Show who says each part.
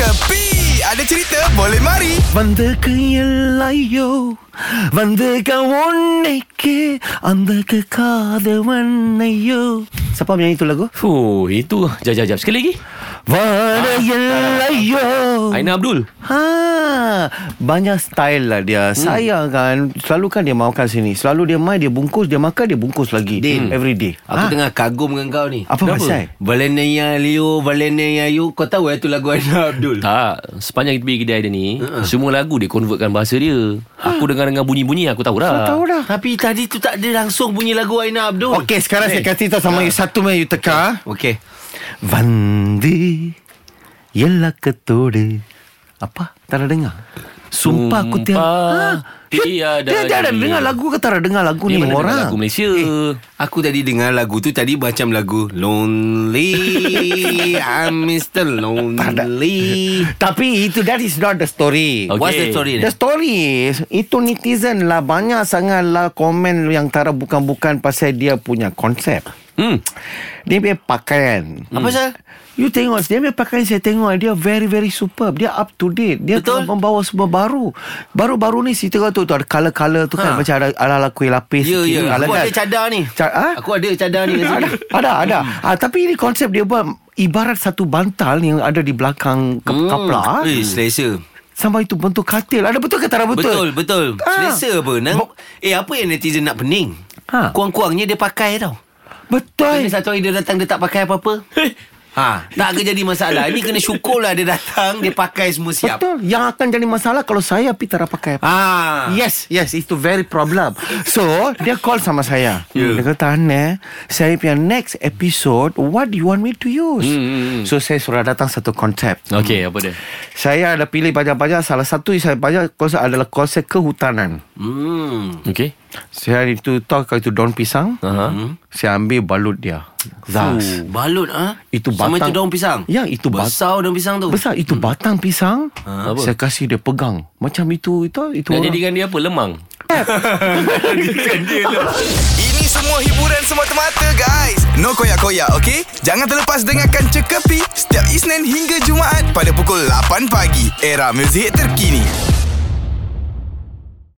Speaker 1: Kepi Ada cerita boleh mari
Speaker 2: வந்தக்கு எல்லையோ வந்தக உன்னைக்கு அந்தக்கு காதவன்னையோ Siapa penyanyi itu lagu?
Speaker 3: Fuh, itu jap jap jap sekali lagi.
Speaker 2: Vada Yelayo
Speaker 4: Oh.
Speaker 3: Aina Abdul.
Speaker 2: Ha, banyak style lah dia. Hmm. Saya kan selalu kan dia makan sini. Selalu dia main, dia bungkus, dia makan, dia bungkus lagi. Hmm.
Speaker 4: Din.
Speaker 2: Every day.
Speaker 4: Aku ha? tengah kagum dengan kau ni
Speaker 2: Apa pasal?
Speaker 4: Valenia Leo Valenia You Kau tahu eh tu lagu Aina Abdul
Speaker 3: Tak, sepanjang kita pergi kedai dia ni,
Speaker 4: Ha.
Speaker 3: uh-uh. semua lagu dia convertkan bahasa dia. Aku dengar-dengar bunyi-bunyi aku tahu
Speaker 4: Ah.
Speaker 3: dah.
Speaker 2: Tahu dah.
Speaker 4: Tapi tadi tu tak ada langsung bunyi lagu Aina Abdul
Speaker 2: Okey, sekarang saya kasih tahu
Speaker 4: Ah.
Speaker 2: sama you satu main you teka.
Speaker 4: Okey
Speaker 2: வந்து எல்லக்கத்தோடு அப்பா tak ada dengar Sumpah aku tiada
Speaker 3: Sumpah tiada
Speaker 2: Dia tiada
Speaker 3: daya.
Speaker 2: dengar lagu ke tak ada dengar lagu ni
Speaker 3: Dia mana dengar
Speaker 2: orang
Speaker 3: Lagu Malaysia. Eh.
Speaker 4: Aku tadi dengar lagu tu tadi macam lagu Lonely I'm Mr. Lonely
Speaker 2: Tapi itu that is not the story
Speaker 3: Okay.
Speaker 4: What's the story ni?
Speaker 2: The story is Itu netizen lah Banyak sangat lah Komen yang tara bukan-bukan Pasal dia punya konsep
Speaker 3: Hmm.
Speaker 2: Dia punya pakaian Hmm.
Speaker 4: Apa sah?
Speaker 2: You tengok Dia punya pakaian saya tengok Dia very very superb Dia up to date Dia
Speaker 4: Betul.
Speaker 2: Betul? membawa semua baru Baru-baru ni Cerita kau tu, tu Ada colour-colour tu kan
Speaker 4: Ha.
Speaker 2: Macam ada ala-ala kuih lapis
Speaker 4: Ya
Speaker 2: sikit,
Speaker 4: ya
Speaker 2: ala
Speaker 4: Aku
Speaker 2: kan.
Speaker 4: ada cadar ni
Speaker 2: Ca- ha?
Speaker 4: Aku ada cadar ni kat
Speaker 2: ada,
Speaker 4: sini
Speaker 2: ada, ada. Ah, tapi ini konsep dia buat ibarat satu bantal yang ada di belakang ke- kapla.
Speaker 4: Eh selesa
Speaker 2: Sama itu bentuk katil. Ada betul ke tak ada
Speaker 4: Betul Ha.
Speaker 2: betul?
Speaker 4: betul
Speaker 2: Ah.
Speaker 4: Selesa apa Nang,
Speaker 2: Bo-
Speaker 4: Eh apa yang netizen nak pening
Speaker 2: Ha.
Speaker 4: Kuang-kuangnya dia pakai tau
Speaker 2: Betul.
Speaker 4: Kena satu hari dia datang Dia tak pakai apa-apa
Speaker 3: Eh.
Speaker 4: Ha, tak akan jadi masalah. Ini kena syukur lah dia datang, dia pakai semua siap.
Speaker 2: Betul. Yang akan jadi masalah kalau saya pergi tak ada pakai apa.
Speaker 4: Ha.
Speaker 2: Yes, yes, itu very problem. So, dia call sama saya.
Speaker 4: Ya.
Speaker 2: Yeah. Dia kata, Aneh, saya punya next episode, what do you want me to use?
Speaker 4: Hmm,
Speaker 2: Mm, So, saya sudah datang satu konsep.
Speaker 3: Okey, apa dia?
Speaker 2: Saya ada pilih banyak-banyak. Salah satu yang saya banyak konsep adalah konsep kehutanan.
Speaker 4: Hmm.
Speaker 3: Okey.
Speaker 2: Saya itu tahu kalau itu daun pisang.
Speaker 3: Aha.
Speaker 2: Saya ambil balut dia.
Speaker 4: Uh,
Speaker 2: Zas.
Speaker 4: balut ah. Ha?
Speaker 2: Itu
Speaker 4: Sama
Speaker 2: batang-
Speaker 4: itu daun pisang.
Speaker 2: Ya, itu bat-
Speaker 4: Besar daun pisang tu.
Speaker 2: Besar itu batang pisang.
Speaker 3: Ha, Hmm. apa?
Speaker 2: saya kasih dia pegang. Macam itu itu itu.
Speaker 3: Nak
Speaker 2: orang.
Speaker 3: jadikan dia apa? Lemang.
Speaker 1: Ini semua hiburan semata-mata guys No koyak-koyak ok Jangan terlepas dengarkan Cekapi Setiap Isnin hingga Jumaat Pada pukul 8 pagi Era muzik terkini